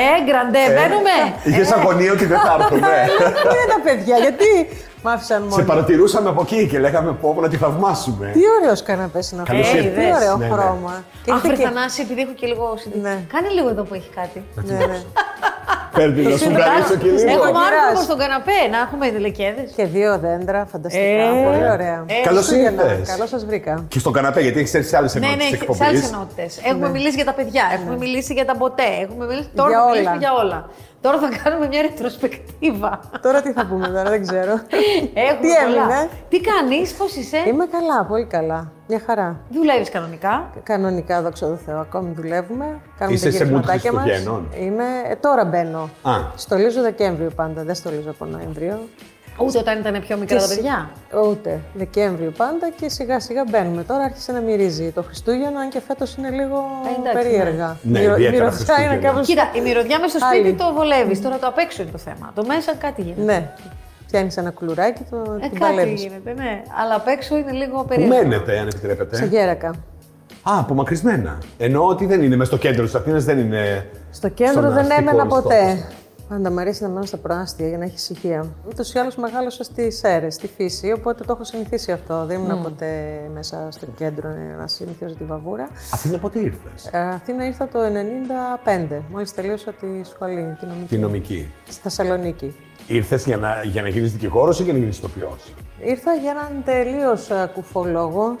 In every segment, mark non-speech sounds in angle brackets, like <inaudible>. Ε, γκραντέ, μπαίνουμε. Ε. Είχε αγωνία ότι δεν θα έρθουν. ναι. Πού είναι τα παιδιά, γιατί μ' άφησαν μόνο. Σε παρατηρούσαμε από εκεί και λέγαμε πω να τη θαυμάσουμε. Τι ωραίος καναπές είναι αυτό. Καλώς Τι ήρθες. ωραίο Ναι, ναι. χρώμα. Και Αχ, έχετε βρε και- Θανάση, επειδή έχω και λίγο συντή. Ναι. Κάνε λίγο εδώ που έχει κάτι. Ναι, ναι. Παίρνει να σου βγάλει το κινητό. Έχουμε Γυράς. άνθρωπο στον καναπέ, να έχουμε λεκέδε. Και δύο δέντρα, φανταστικά. Ε, Πολύ ωραία. ε, Καλώς Χριστούγεννα. ήρθες. Καλώς σας βρήκα. Και στον καναπέ, γιατί έχεις έρθει σε Ε, άλλες Ναι, ναι, ενότητες σε άλλες εκπομπής. ενότητες. Έχουμε μιλήσει για τα παιδιά, έχουμε μιλήσει για τα ποτέ, έχουμε μιλήσει. Τώρα Ναι. Για θα όλα. μιλήσουμε για όλα. Τώρα θα κάνουμε μια ρετροσπεκτίβα. Τώρα τι θα πούμε τώρα, δεν ξέρω. <laughs> Έχουμε Τι πολλά. Ε. έμεινε. Τι κάνεις, πώς είσαι, Είμαι καλά, πολύ καλά. Μια χαρά. δουλεύεις κανονικά. Κανονικά, δόξα τω Θεώ, ακόμη δουλεύουμε. Κάνουμε Είσαι τα σε mood γυρίσματάκια μας. Χριστουγέννων. Είμαι, ε, τώρα μπαίνω. Α. Στολίζω Δεκέμβριο πάντα, δεν στολίζω από Νοέμβριο. Ούτε όταν ήταν πιο μικρά τα παιδιά. Ούτε. Δεκέμβριο πάντα και σιγά σιγά μπαίνουμε. Τώρα άρχισε να μυρίζει το Χριστούγεννα, αν και φέτος είναι λίγο Ε, εντάξει, περίεργα. ναι. Ναι, Η μυρο- ιδιαίτερα η μυρωδιά είναι Χριστούγεννα. κάπως. Κοίτα, η μυρωδιά μες στο σπίτι Άλλη. το βολεύεις. Τώρα το απ' έξω είναι το θέμα. Το μέσα κάτι γίνεται. Ναι. Πιάνει ένα κουλουράκι, το Ε, την κάτι παλεύεις. γίνεται, ναι. Αλλά απ' έξω είναι λίγο Πού περίεργο. μένετε, αν Σε επιτρέπετε. γέρακα. Α, απομακρυσμένα. Εννοώ ότι δεν είναι μέσα στο κέντρο της Αθήνας, δεν είναι. Στο κέντρο στον δεν αστικό έμενα ιστό. ποτέ. Πάντα μου αρέσει να μένω στα προάστια για να έχεις ησυχία. Ούτως ή άλλως μεγάλωσα στις αίρες, στη φύση, οπότε το έχω συνηθίσει αυτό. Δεν ήμουν ποτέ μέσα στο κέντρο ε, να συνηθίζω τη βαβούρα. Αθήνα πότε ήρθες. Ε, Αθήνα ήρθα το 95, μόλις τελείωσα τη σχολή, τη νομική. Τη νομική. Στη Θεσσαλονίκη. Ήρθες για να, για να γίνεις δικηγόρος ή για να γίνεις ηθοποιός. Ήρθα για έναν τελείως κουφό λόγο.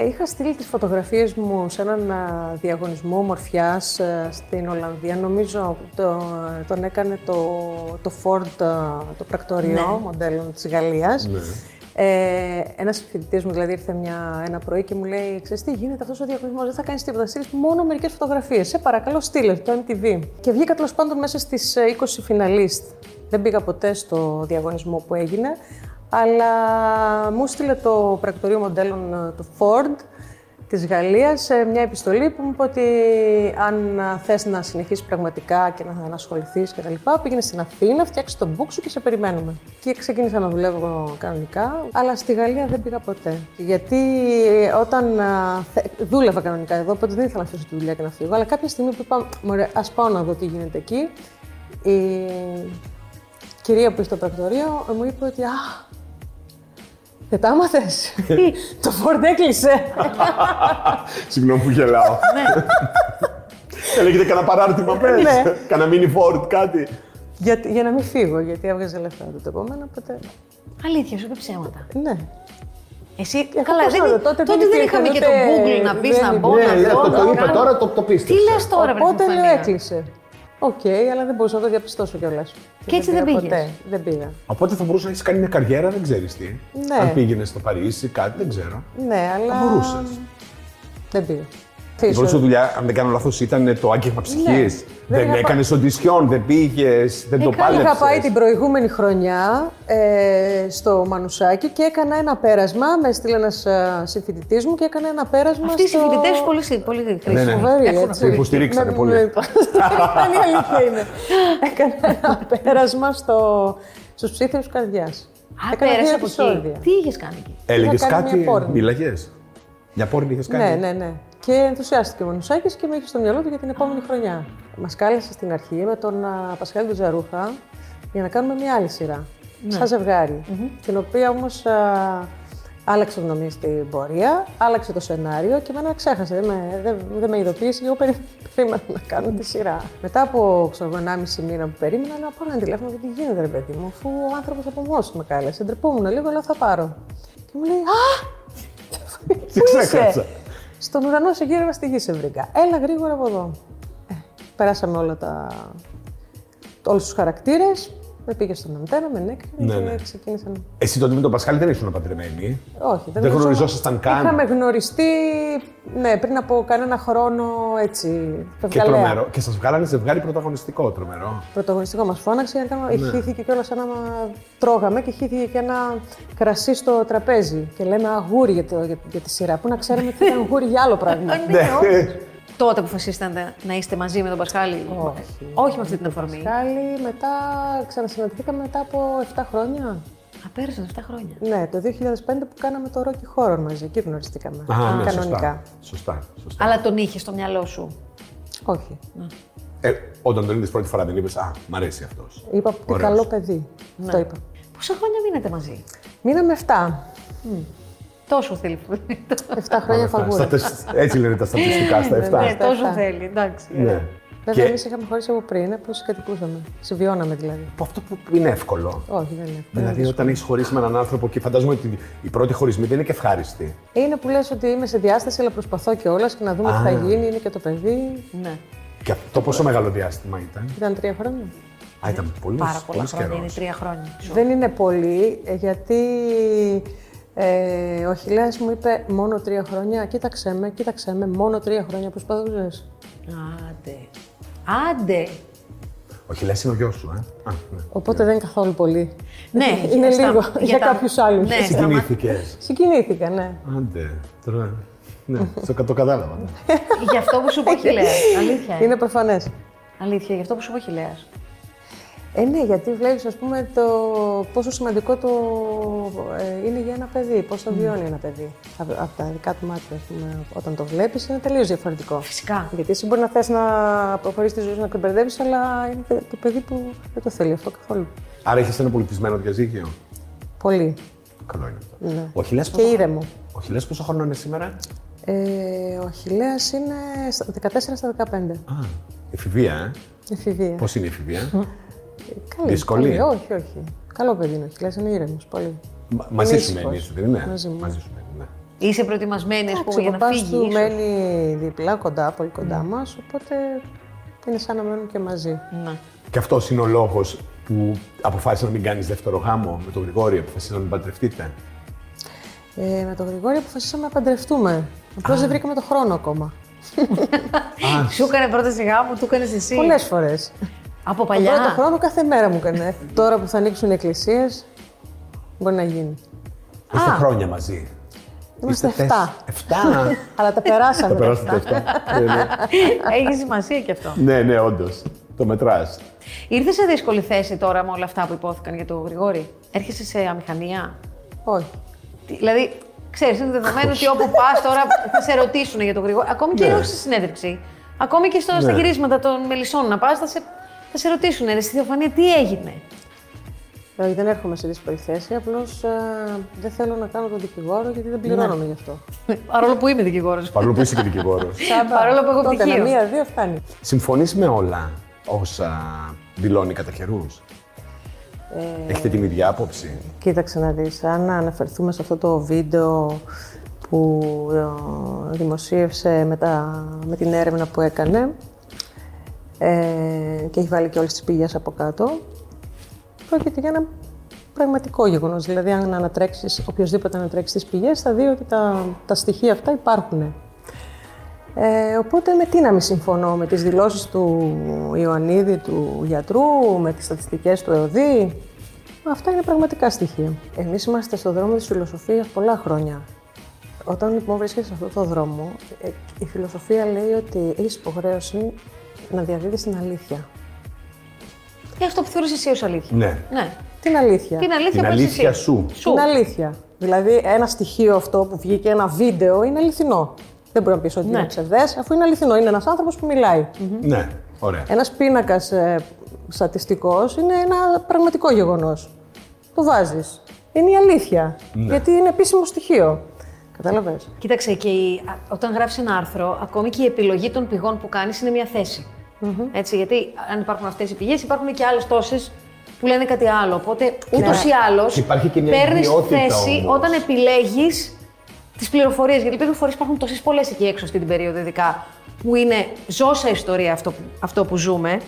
Ε, είχα στείλει τις φωτογραφίες μου σε έναν α, διαγωνισμό ομορφιάς ε, στην Ολλανδία. Νομίζω το, ε, τον έκανε το, το Ford, α, το πρακτορείο μοντέλων της Γαλλίας. Ε, ένας φοιτητής μου δηλαδή ήρθε μια, ένα πρωί και μου λέει «Ξέρεις τι γίνεται αυτός ο διαγωνισμός, δεν θα κάνεις τίποτα, στείλεις μόνο μερικές φωτογραφίες, σε παρακαλώ στείλε το MTV». Και βγήκα τέλος πάντων μέσα στις ε, 20 φιναλίστ. Δεν πήγα ποτέ στο διαγωνισμό που έγινε, αλλά μου στείλε το πρακτορείο μοντέλων ε, του Ford της Γαλλίας ε, μια επιστολή που μου είπε ότι αν ε, θες να συνεχίσεις πραγματικά και να, να ασχοληθείς κτλ. Πήγαινε στην Αθήνα, φτιάξε το book σου και σε περιμένουμε. Και ξεκίνησα να δουλεύω κανονικά, αλλά στη Γαλλία δεν πήγα ποτέ. Γιατί ε, όταν ε, θε- δούλευα κανονικά εδώ, οπότε δεν ήθελα να αφήσω τη δουλειά και να φύγω, αλλά κάποια στιγμή που είπα, μωρέ, ας πάω να δω τι γίνεται εκεί, η κυρία που είχε το πρακτορείο ε, μου είπε ότι «Α, δεν τα άμαθες, <laughs> το Ford έκλεισε». Συγγνώμη που γελάω. Ε, Λέγεται κανένα παράρτημα πες. Ναι. Κανένα mini Ford, κάτι. για, για να μην φύγω, γιατί έβγαζε λεφτά το επόμενο, οπότε Αλήθεια, σου είπε ψέματα. ναι. Εσύ, Ε, καλά, πώς δεν, να τότε, δω, τότε τότε δεν δεν υπήρχε, είχαμε και το τότε Google να μπει δεν να μπω, υπήρχε. να Ναι, δω, το, να το είπε κάνω. τώρα, το, το πίστεψε. Τι λες τώρα, βρε οπότε λέω Στεφανία. έκλεισε. Οκ, αλλά δεν μπορούσα να το διαπιστώσω κιόλας. Και έτσι δεν πήγες. Ποτέ. Δεν πήγα. Οπότε θα μπορούσε να έχεις κάνει μια καριέρα, δεν ξέρεις τι. Ναι. Αν πήγαινες στο Παρίσι, κάτι, δεν ξέρω. Ναι, αλλά. Θα μπορούσες. Δεν πήγα. Η πρώτη σου Φύσω. δουλειά, αν δεν κάνω λάθος, ήταν το άγγιγμα ψυχή. Ναι. Δεν Δεν είχα Ε, έκανε οντισιόν, δεν πήγες, δεν το καλά, πάλεψε. Είχα πάει την προηγούμενη χρονιά ε, στο Μανουσάκι και έκανα ένα πέρασμα. Με στείλε ένα συμφοιτητής μου και έκανα ένα πέρασμα. Αυτοί οι στο- συμφοιτητές σου πολύ, συ- πολύ χρήσιμοι. Ναι, ναι. Φοβερή, Έχουν έτσι. Που υποστηρίξανε Με- πολύ. με υποστηρίξανε, η αλήθεια είναι. Έκανα ένα πέρασμα στο, στους ψήθυρους καρδιάς. Α, Έκανα πέρασε δύο από εκεί. επεισόδια. Τι είχες κάνει εκεί. Έλεγε είχα κάνει κάτι, μια πόρνη. μίλαγες. Για πόρνη είχες κάνει. Ναι, ναι, ναι. Και ενθουσιάστηκε ο Μανουσάκης και με είχε στο μυαλό του για την επόμενη χρονιά. Μας κάλεσε στην αρχή με τον α, Πασχάλη του Ζαρούχα για να κάνουμε μια άλλη σειρά. Σαν ζευγάρι. Την οποία όμως α, άλλαξε γνώμη στην πορεία, άλλαξε το σενάριο και εμένα ξέχασε. Δεν με, δεν, δεν με ειδοποίησε και εγώ περί- περίμενα να κάνω τη σειρά. Μετά από ξέρω εγώ, 1,5 μήνα που περίμενα, λέω πάρω ένα τηλέφωνο γιατί γίνεται ρε παιδί μου, αφού ο άνθρωπος από μόνος του με κάλεσε. Ντρεπόμουν λίγο, αλλά θα πάρω. Και μου λέει, Α! Σε Πού ξέχασα. είσαι? Στον ουρανό σε γύρευα, στη γη σε βρήκα. Έλα γρήγορα από εδώ. Ε, περάσαμε όλα τα... όλους τους χαρακτήρες. Με πήγε στον αντένα, με Ναι, νέκρινε και ναι. ξεκίνησαν. Εσύ τότε με τον Πασχάλη δεν ήσουν παντρεμένοι. Όχι, δεν, Δεν γνωρίζαμε- γνωριζόσασταν καν. Είχαμε γνωριστεί ναι, πριν από κανένα χρόνο έτσι. Και φευγαλέα. τρομερό. Και σας βγάλανε ζευγάρι πρωταγωνιστικό, τρομερό. Πρωταγωνιστικό μας φώναξε για να Ναι. κάνουμε. Χύθηκε κιόλας ένα. Τρώγαμε και χύθηκε και ένα κρασί στο τραπέζι. Και λέμε αγούρι για, το- για, για τη σειρά. Πού να ξέρουμε ότι ήταν γούρι για άλλο <laughs> πράγμα. Τότε αποφασίσατε να είστε μαζί με τον Πασχάλη. Όχι. Όχι με αυτή την αφορμή. Πασχάλη, μετά ξανασυναντηθήκαμε μετά από 7 χρόνια. Α, πέρασαν 7 χρόνια. Ναι, το 2005 που κάναμε το Rocky Horror μαζί, εκεί γνωριστήκαμε. Α, ναι, κανονικά. σωστά. Σωστά. σωστά. Αλλά τον είχε στο μυαλό σου. Όχι. Ε, όταν τον είδες πρώτη φορά, δεν είπες Α, μ' αρέσει αυτός. Είπα τι Ωραίος. καλό παιδί. Το είπα. Πόσα χρόνια μείνετε μαζί. Μείναμε 7. Τόσο θέλει. που- 7 χρόνια φαγούρα. Έτσι λένε τα στατιστικά στα 7. ναι, στα τόσο εφτά. θέλει. Εντάξει. Ναι. Βέβαια, Και εμείς είχαμε χωρίσει από πριν, απλώς κατοικούσαμε. Συμβιώναμε δηλαδή. από αυτό που που είναι εύκολο. Όχι, δεν είναι. Δηλαδή, όταν έχεις χωρίσει με έναν άνθρωπο και φαντάζομαι ότι οι πρώτοι χωρισμοί δεν είναι και ευχάριστοι. Είναι που λες ότι είμαι σε διάσταση, αλλά προσπαθώ κιόλας και να δούμε τι θα γίνει. Είναι και το παιδί. Ναι. Και αυτό πόσο μεγάλο διάστημα ήταν. Ήταν τρία χρόνια. Α, ήταν πολύ Πάρα πολλά χρόνια. καιρό. Είναι τρία χρόνια. Δεν είναι πολύ, ε, γιατί ε, ο Χιλέας μου είπε μόνο τρία χρόνια. Κοίταξε με, κοίταξε με, μόνο τρία χρόνια προσπαθούσες. Άντε. Άντε. Όχι, λε είναι ο γιος σου, ε. Α, ναι. Οπότε δεν είναι καθόλου πολύ. Ναι, <laughs> είναι στα- λίγο για για, τα- κάποιους άλλους. Ναι. Συγκινήθηκες. <laughs> Συγκινήθηκα, ναι. Άντε, τώρα. Ναι, στο το κατάλαβα. ναι. Γι' αυτό που σου πω <laughs> χιλέας. Αλήθεια. ε. Είναι προφανές. Αλήθεια, γι' αυτό που σου πω χιλέας. Ε, ναι, γιατί βλέπεις, ας πούμε, το πόσο σημαντικό το, ε, είναι για ένα παιδί, πώς το βιώνει ένα παιδί. Από, από τα δικά του μάτια, ας πούμε, όταν το βλέπεις, είναι τελείως διαφορετικό. Φυσικά. Γιατί εσύ μπορεί να θες να προχωρήσεις τη ζωή σου, να κομπερδεύεις, αλλά είναι το- το παιδί που δεν το θέλει αυτό καθόλου. Άρα έχεις ένα πολιτισμένο διαζύγιο. Πολύ. Καλό είναι αυτό. Ναι. Ο Χιλέ Και ήρεμο. πόσο χρόνο είναι σήμερα. Ε, ο Αχιλέας είναι στα 14 στα 15. Α, εφηβεία, ε. Εφηβεία. Ε, Πώς είναι η εφηβεία. Καλή, δύσκολη. καλή. Όχι, όχι. Καλό παιδί είναι ο Αχιλέας, είναι ήρεμος πολύ. Μα- μαζί σου ήσυχος. μένεις, έτσι δεν είναι. Μαζί μου. σου μένεις, ναι. Είσαι προετοιμασμένης, α Εντάξει, πούμε, ο για να παπάς φύγεις. του ίσως. μένει διπλά κοντά, πολύ κοντά μας, οπότε είναι σαν να μένουν και μαζί. Ναι. Και αυτός είναι ο λόγος που αποφάσισε να μην κάνεις δεύτερο γάμο με τον Γρηγόρη, αποφάσισε να μην παντρευτείτε. Ε, με τον Γρηγόρη αποφασίσαμε να παντρευτούμε. Απλώ δεν βρήκαμε το χρόνο ακόμα. Σου έκανε πρόταση γάμου, του έκανες εσύ. Πολλές φορές. Από Τον πρώτο παλιά. χρόνο κάθε μέρα μου έκανε. Τώρα που θα ανοίξουν οι εκκλησίες, μπορεί να γίνει. Είστε χρόνια μαζί. Είμαστε Είστε 7. Εφτά. Αλλά τα Θα περάσαμε. τα περάσετε εφτά. Ναι, ναι. <laughs> Έχει σημασία και αυτό. Ναι, ναι, όντως. Το μετράς. Ήρθες σε δύσκολη θέση τώρα με όλα αυτά που υπόθηκαν για τον Γρηγόρη. Έρχεσαι σε αμηχανία. εφτά. Όχι. Τι- Δηλαδή, ξέρεις, είναι δεδομένο ότι όπου πας τώρα θα σε ρωτήσουν για τον Γρηγόρη. Ακόμη και Ναι. όχι στη συνέντευξη. Ακόμη και στο, στα Ναι. γυρίσματα των μελισσών να πας, θα σε, θα σε ρωτήσουν. Ρε, στη διαφανία τι έγινε. Δηλαδή δεν έρχομαι σε δύσκολη θέση. Απλώς δεν θέλω να κάνω τον δικηγόρο γιατί δεν Ναι. πληρώνομαι γι' αυτό. Παρόλο που είμαι δικηγόρος. Παρόλο που είσαι και δικηγόρος. Παρόλο που έχω Το έκανα πτυχίο. Μία-δύο φτάνει. Συμφωνείς με όλα όσα δηλώνει κατά καιρού. Έχετε την ίδια άποψη. Κοίταξε να δεις, αν αναφερθούμε σε αυτό το βίντεο που ε, δημοσίευσε με, τα, με την έρευνα που έκανε ε, και έχει βάλει και όλες τις πηγές από κάτω, πρόκειται για ένα πραγματικό γεγονός. Δηλαδή, αν ανατρέξεις, οποιοδήποτε ανατρέξεις τις πηγές, θα δει ότι τα, τα στοιχεία αυτά υπάρχουν. Ε, οπότε με τι να μην συμφωνώ, με τις δηλώσεις του Ιωαννίδη, του γιατρού, με τις στατιστικές του ΕΟΔΗ. Αυτά είναι πραγματικά στοιχεία. Εμείς είμαστε στον δρόμο της φιλοσοφίας πολλά χρόνια. Όταν λοιπόν βρίσκεσαι σε αυτόν τον δρόμο, ε, η φιλοσοφία λέει ότι έχεις υποχρέωση να διαδίδεις την αλήθεια. Ε, αυτό που θεωρείς εσύ ως αλήθεια. Ναι. Ναι. Την αλήθεια. Την αλήθεια, Την που είσαι αλήθεια εσύ. σου. σου. Την αλήθεια. Δηλαδή, ένα στοιχείο αυτό που βγήκε, ένα βίντεο, είναι αληθινό. Δεν μπορεί να πεις ότι είναι ψευδές, αφού είναι αληθινό. Είναι ένας άνθρωπος που μιλάει. Ναι, ωραία. Ένας πίνακας ε, στατιστικός είναι ένα πραγματικό γεγονός. Το βάζεις. Είναι η αλήθεια. Ναι. Γιατί είναι επίσημο στοιχείο. Κατάλαβες. Κοίταξε, και η- α- όταν γράφει ένα άρθρο, ακόμη και η επιλογή των πηγών που κάνεις είναι μια θέση. Έτσι, γιατί αν υπάρχουν αυτές οι πηγές, υπάρχουν και άλλες τόσες που λένε κάτι άλλο. Οπότε ούτως ή άλλως Και υπάρχει και μια ιδιότητα θέση όμως. όταν επιλέγεις τις πληροφορίες. Γιατί οι πληροφορίες υπάρχουν τόσες πολλές εκεί έξω αυτή την περίοδο, ειδικά που είναι ζώσα ιστορία αυτό, που- αυτό που ζούμε.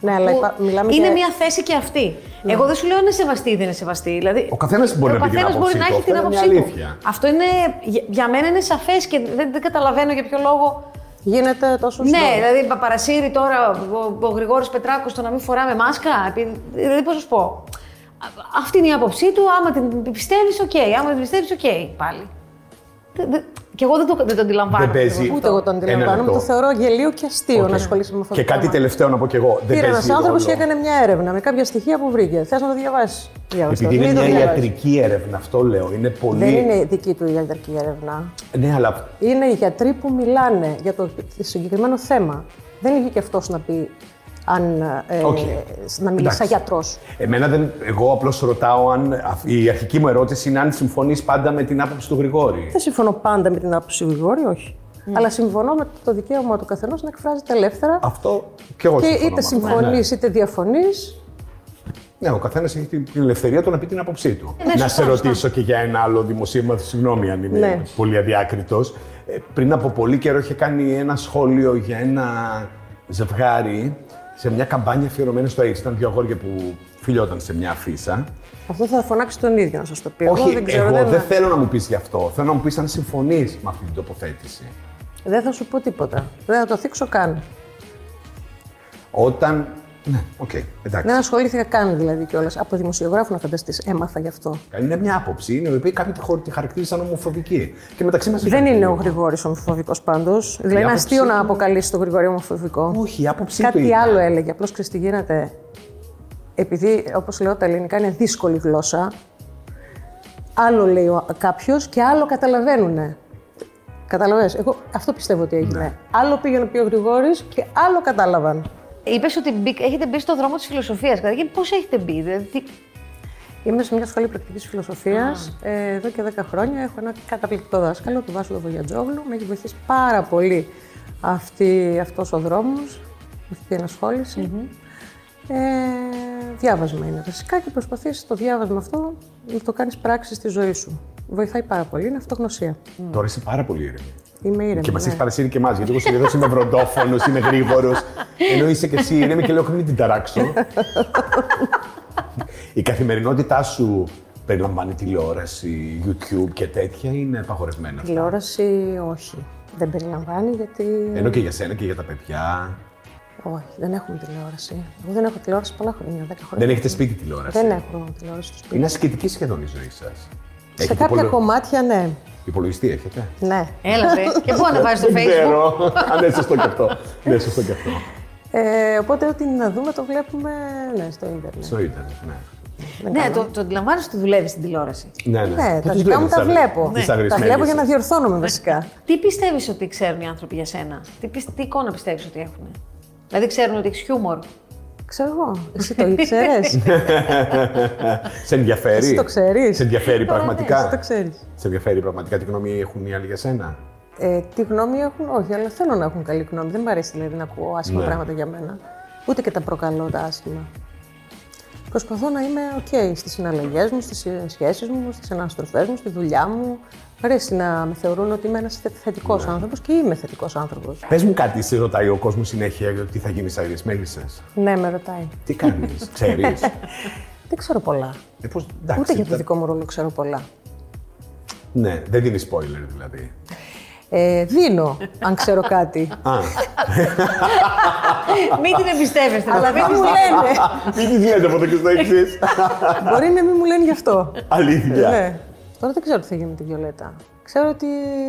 Ναι, αλλά που υπά- μιλάμε Ναι. είναι για... μια θέση και αυτή. Εγώ δεν σου λέω είναι σεβαστή ή δεν είναι σεβαστή. Δηλαδή, Ο καθένας μπορεί ο να πει την καθένας άποψή μπορεί να του. έχει Αυτό την είναι μια άποψή του. αλήθεια. Αυτό είναι, για, για μένα είναι σαφές και δεν, δεν καταλαβαίνω για ποιο λόγο. Γίνεται τόσο Ναι, συχνό. δηλαδή πα- παρασύρει τώρα ο, ο Γρηγόρης Πετράκος το να μην φοράμε μάσκα. Επει- Δηλαδή, πώς να σου πω. Α- Αυτή είναι η άποψή του. Άμα την πιστεύεις, οκ. Άμα την πιστεύεις, οκ. πάλι. Δε- δε- Κι εγώ δεν το, δεν το αντιλαμβάνω. Δεν παίζει. αυτό. Ούτε εγώ τον Ένα αντιλαμβάνομαι. λεπτό. Το θεωρώ γελίο και αστείο να ασχολείσαι με αυτό Και το κάτι θέμα. τελευταίο να πω κι εγώ. Δεν Πήρε παίζει ένας άνθρωπος και ρόλο. έκανε μια έρευνα με κάποια στοιχεία που βρήκε. Θες να το διαβάσεις. Επειδή είναι μια ιατρική έρευνα, αυτό λέω. Είναι Δεν πολύ. είναι δική του η ιατρική έρευνα. Ναι, αλλά Είναι οι γιατροί που μιλάνε για το συγκεκριμένο θέμα. Δεν είχε και αυτός να πει αν. ε, Οκ. σ- να μιλήσει Εντάξει. σαν γιατρός. Εμένα δεν, εγώ απλώς ρωτάω αν. α- Η αρχική μου ερώτηση είναι αν συμφωνείς πάντα με την άποψη του Γρηγόρη. Δεν συμφωνώ πάντα με την άποψη του Γρηγόρη, όχι. Αλλά συμφωνώ με το δικαίωμα του καθενός να εκφράζεται ελεύθερα Αυτό και εγώ και συμφωνώ. με είτε αυτό. συμφωνείς Ναι. είτε διαφωνείς. Ναι, ο καθένας έχει την την ελευθερία του να πει την άποψή του. Ε, Ναι, να σωστά, σε σωστά. ρωτήσω και για ένα άλλο δημοσίευμα, συγγνώμη αν είμαι Ναι. πολύ αδιάκριτος. Πριν από πολύ καιρό είχε κάνει ένα σχόλιο για ένα ζευγάρι σε μια καμπάνια αφιερωμένη στο AIDS. Ήταν δύο αγόρια που φιλιόταν σε μια αφίσα. Αυτό θα φωνάξει τον ίδιο να σας το πει. Όχι, εγώ δεν ξέρω. εγώ δεν... δεν θέλω να μου πεις γι' αυτό. Θέλω να μου πεις αν συμφωνείς με αυτή την τοποθέτηση. δεν θα σου πω τίποτα. Δεν θα το θίξω καν. Όταν. Ναι, οκ, εντάξει. Δεν ασχολήθηκα καν δηλαδή κιόλας. Από δημοσιογράφο να φανταστείς, έμαθα γι' αυτό. Είναι μια άποψη, είναι η οποία κάποιοι τη χω- τη χαρακτήρισαν ομοφοβική. Και μεταξύ μας. Δεν είναι ο Γρηγόρης ομοφοβικός πάντως. Δηλαδή, είναι άποψή αστείο να του- αποκαλεί τον Γρηγόρη ομοφοβικό. Όχι, η άποψή του. Κάτι ήταν. άλλο έλεγε. Απλώς ξέρεις τι γίνεται. Επειδή, όπως λέω, τα ελληνικά είναι δύσκολη γλώσσα. Άλλο λέει κάποιος και άλλο καταλαβαίνουν. Καταλαβαίνεις. Εγώ αυτό πιστεύω ότι έγινε. Άλλο πήγαινε πει ο Γρηγόρης και άλλο κατάλαβαν. Είπες ότι μπήκ- έχετε μπει στον δρόμο της φιλοσοφίας. Καταρχήν, πώς έχετε μπει, δε, τι... Είμαι σε μια σχολή πρακτικής φιλοσοφίας εδώ και 10 χρόνια. Έχω ένα καταπληκτικό δάσκαλο, τον Βάσο Βογιατζόγλου. Με έχει βοηθήσει πάρα πολύ αυτή, αυτός ο δρόμος, αυτή η ενασχοληση Ε, διάβασμα είναι βασικά και προσπαθείς το διάβασμα αυτό να το κάνεις πράξη στη ζωή σου. Βοηθάει πάρα πολύ, είναι αυτογνωσία. Mm. Τώρα είσαι πάρα πολύ ήρεμη. Είμαι ήρεμη. Και μας ναι. έχεις παρασύρει και εμάς, γιατί εγώ συνήθω είμαι βροντόφωνος, είμαι γρήγορος. Ενώ είσαι και εσύ ήρεμη και λέω μην την ταράξω. Η καθημερινότητά σου περιλαμβάνει τηλεόραση, YouTube και τέτοια ή είναι απαγορευμένα. Mm. αυτά? Τηλεόραση όχι. Δεν περιλαμβάνει γιατί... Ενώ και για σένα και για τα παιδιά. Όχι, δεν έχουμε τηλεόραση. Εγώ δεν έχω τηλεόραση πολλά χρόνια, 10 χρόνια. Δεν έχετε σπίτι τηλεόραση. Δεν έχω τηλεόραση στο σπίτι. Είναι ασκητική σχεδόν η ζωή σας. Σε κάποια κομμάτια ναι. Υπολογιστή έχετε. ναι. Έλα, ρε. και πού ανεβάζεις το Δεν Facebook. ξέρω. Αν ναι, σωστό και αυτό. Ναι, σωστό και αυτό. Ε, οπότε ό,τι να δούμε το βλέπουμε ναι, στο ίντερνετ. Στο ίντερνετ, ναι. ναι, το, το αντιλαμβάνεσαι ότι δουλεύεις στην τηλεόραση. Ναι, ναι. Ναι, Πού τα τους δικά μου βλέπεις τα τις βλέπω. αγρι- Ναι. τις Τα αγρισμένες βλέπω για να σας? διορθώνομαι βασικά. Τι πιστεύεις ότι ξέρουν οι άνθρωποι για σένα, τι, πι- τι εικόνα πιστεύεις ότι έχουν. Δηλαδή, ξέρουν ότι έχεις <laughs> χιούμορ. Ξέρω εγώ. Εσύ το ήξερες. Σε ενδιαφέρει. Εσύ το ξέρεις. Ναι. ναι, Σε ενδιαφέρει Τώρα πραγματικά. το ξέρεις. Σε ενδιαφέρει πραγματικά τι γνώμη έχουν οι άλλοι για σένα. Ε, τι γνώμη έχουν, όχι, αλλά θέλω να έχουν καλή γνώμη. Δεν μου αρέσει δηλαδή να ακούω άσχημα Ναι. πράγματα για μένα. Ούτε και τα προκαλώ τα άσχημα. Προσπαθώ να είμαι οκ στις συναλλαγές μου, στις σχέσεις μου, στις αναστροφές μου, στη δουλειά μου. Μ' αρέσει να με θεωρούν ότι είμαι ένας θετικός Ναι. άνθρωπος και είμαι θετικός άνθρωπος. Πες μου κάτι, σε ρωτάει ο κόσμος συνέχεια τι θα γίνει αγρισμένη σα. Ναι, με ρωτάει. Τι κάνεις, <laughs> ξέρεις. Δεν ξέρω πολλά. ε, πώς, εντάξει, Ούτε για το τα- δικό μου ρόλο ξέρω πολλά. Ναι, δεν δίνεις spoiler δηλαδή. Ε, δίνω, αν ξέρω <laughs> κάτι. Α, Μην την εμπιστεύεστε. Αλλά μην δεν μου την- λένε. μην τη λέτε από το και στο <laughs> εξή. Μπορεί να μην μου λένε γι' αυτό. Αλήθεια. ναι. Τώρα δεν ξέρω τι θα γίνει με τη Βιολέτα. Ξέρω ότι.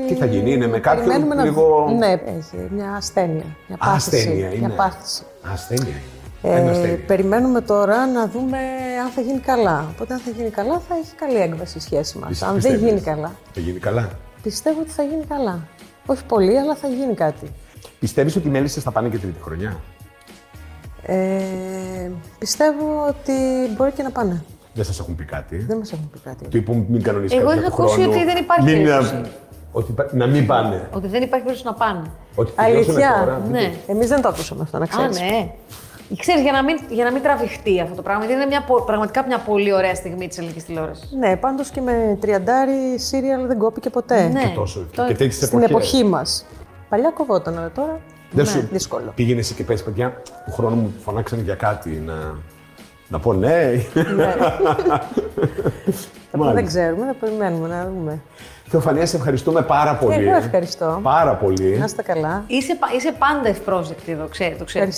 Τι θα γίνει, είναι με κάποιον περιμένουμε να- λίγο- Ναι, έχει μια ασθένεια. Μια Α, πάθηση. Ασθένεια είναι. Μια πάθηση. Ασθένεια. Ένα Ε, ασθένεια. περιμένουμε τώρα να δούμε αν θα γίνει καλά. Οπότε, αν θα γίνει καλά, θα έχει καλή έκβαση η σχέση μας. Εσύ Αν δεν πιστεύεις? γίνει καλά, Θα γίνει καλά. πιστεύω ότι θα γίνει καλά. Όχι πολύ, αλλά θα γίνει κάτι. Πιστεύεις ότι οι μέλισσες θα πάνε και τρίτη χρονιά. Ε, πιστεύω ότι μπορεί και να πάνε. Δεν σας έχουν πει κάτι. Δεν μας έχουν πει κάτι. Τύπου μην κανονίσει Εγώ κάποιο είχα χρόνο. ακούσει ότι δεν υπάρχει Μην- ε, περίπτωση. Ότι υπά- να μην πάνε. Ότι δεν υπάρχει περίπτωση να πάνε. Ότι Αλήθεια. τελειώσανε τώρα. Ναι. Εμείς δεν το ακούσαμε αυτό, να Α, ξέρεις. ναι. Ξέρεις, για να, μην, για να μην τραβηχτεί αυτό το πράγμα, γιατί είναι μια, πο- πραγματικά μια πολύ ωραία στιγμή της ελληνικής τηλεόρασης. Ναι, πάντως και με τριαντάρι σύριαλ δεν κόπηκε ποτέ. Ναι. Και τόσο. το- Και τέτοιες Στην εποχές. εποχή μας. Παλιά κοβόταν, αλλά τώρα. Δεν ναι, σου δύσκολο. πήγαινε εσύ και πες, παιδιά, του χρόνου μου φωνάξανε για κάτι να, να πω ναι. <laughs> Ναι. Απλά δεν Μάλιστα. ξέρουμε, να περιμένουμε να δούμε. Θεοφανία, σε ευχαριστούμε πάρα πολύ. εγώ ευχαριστώ. Πάρα πολύ. Να είστε καλά. Είσαι, πα- είσαι πάντα ευπρόσδεκτη εδώ, ξέρει, το ξέρεις.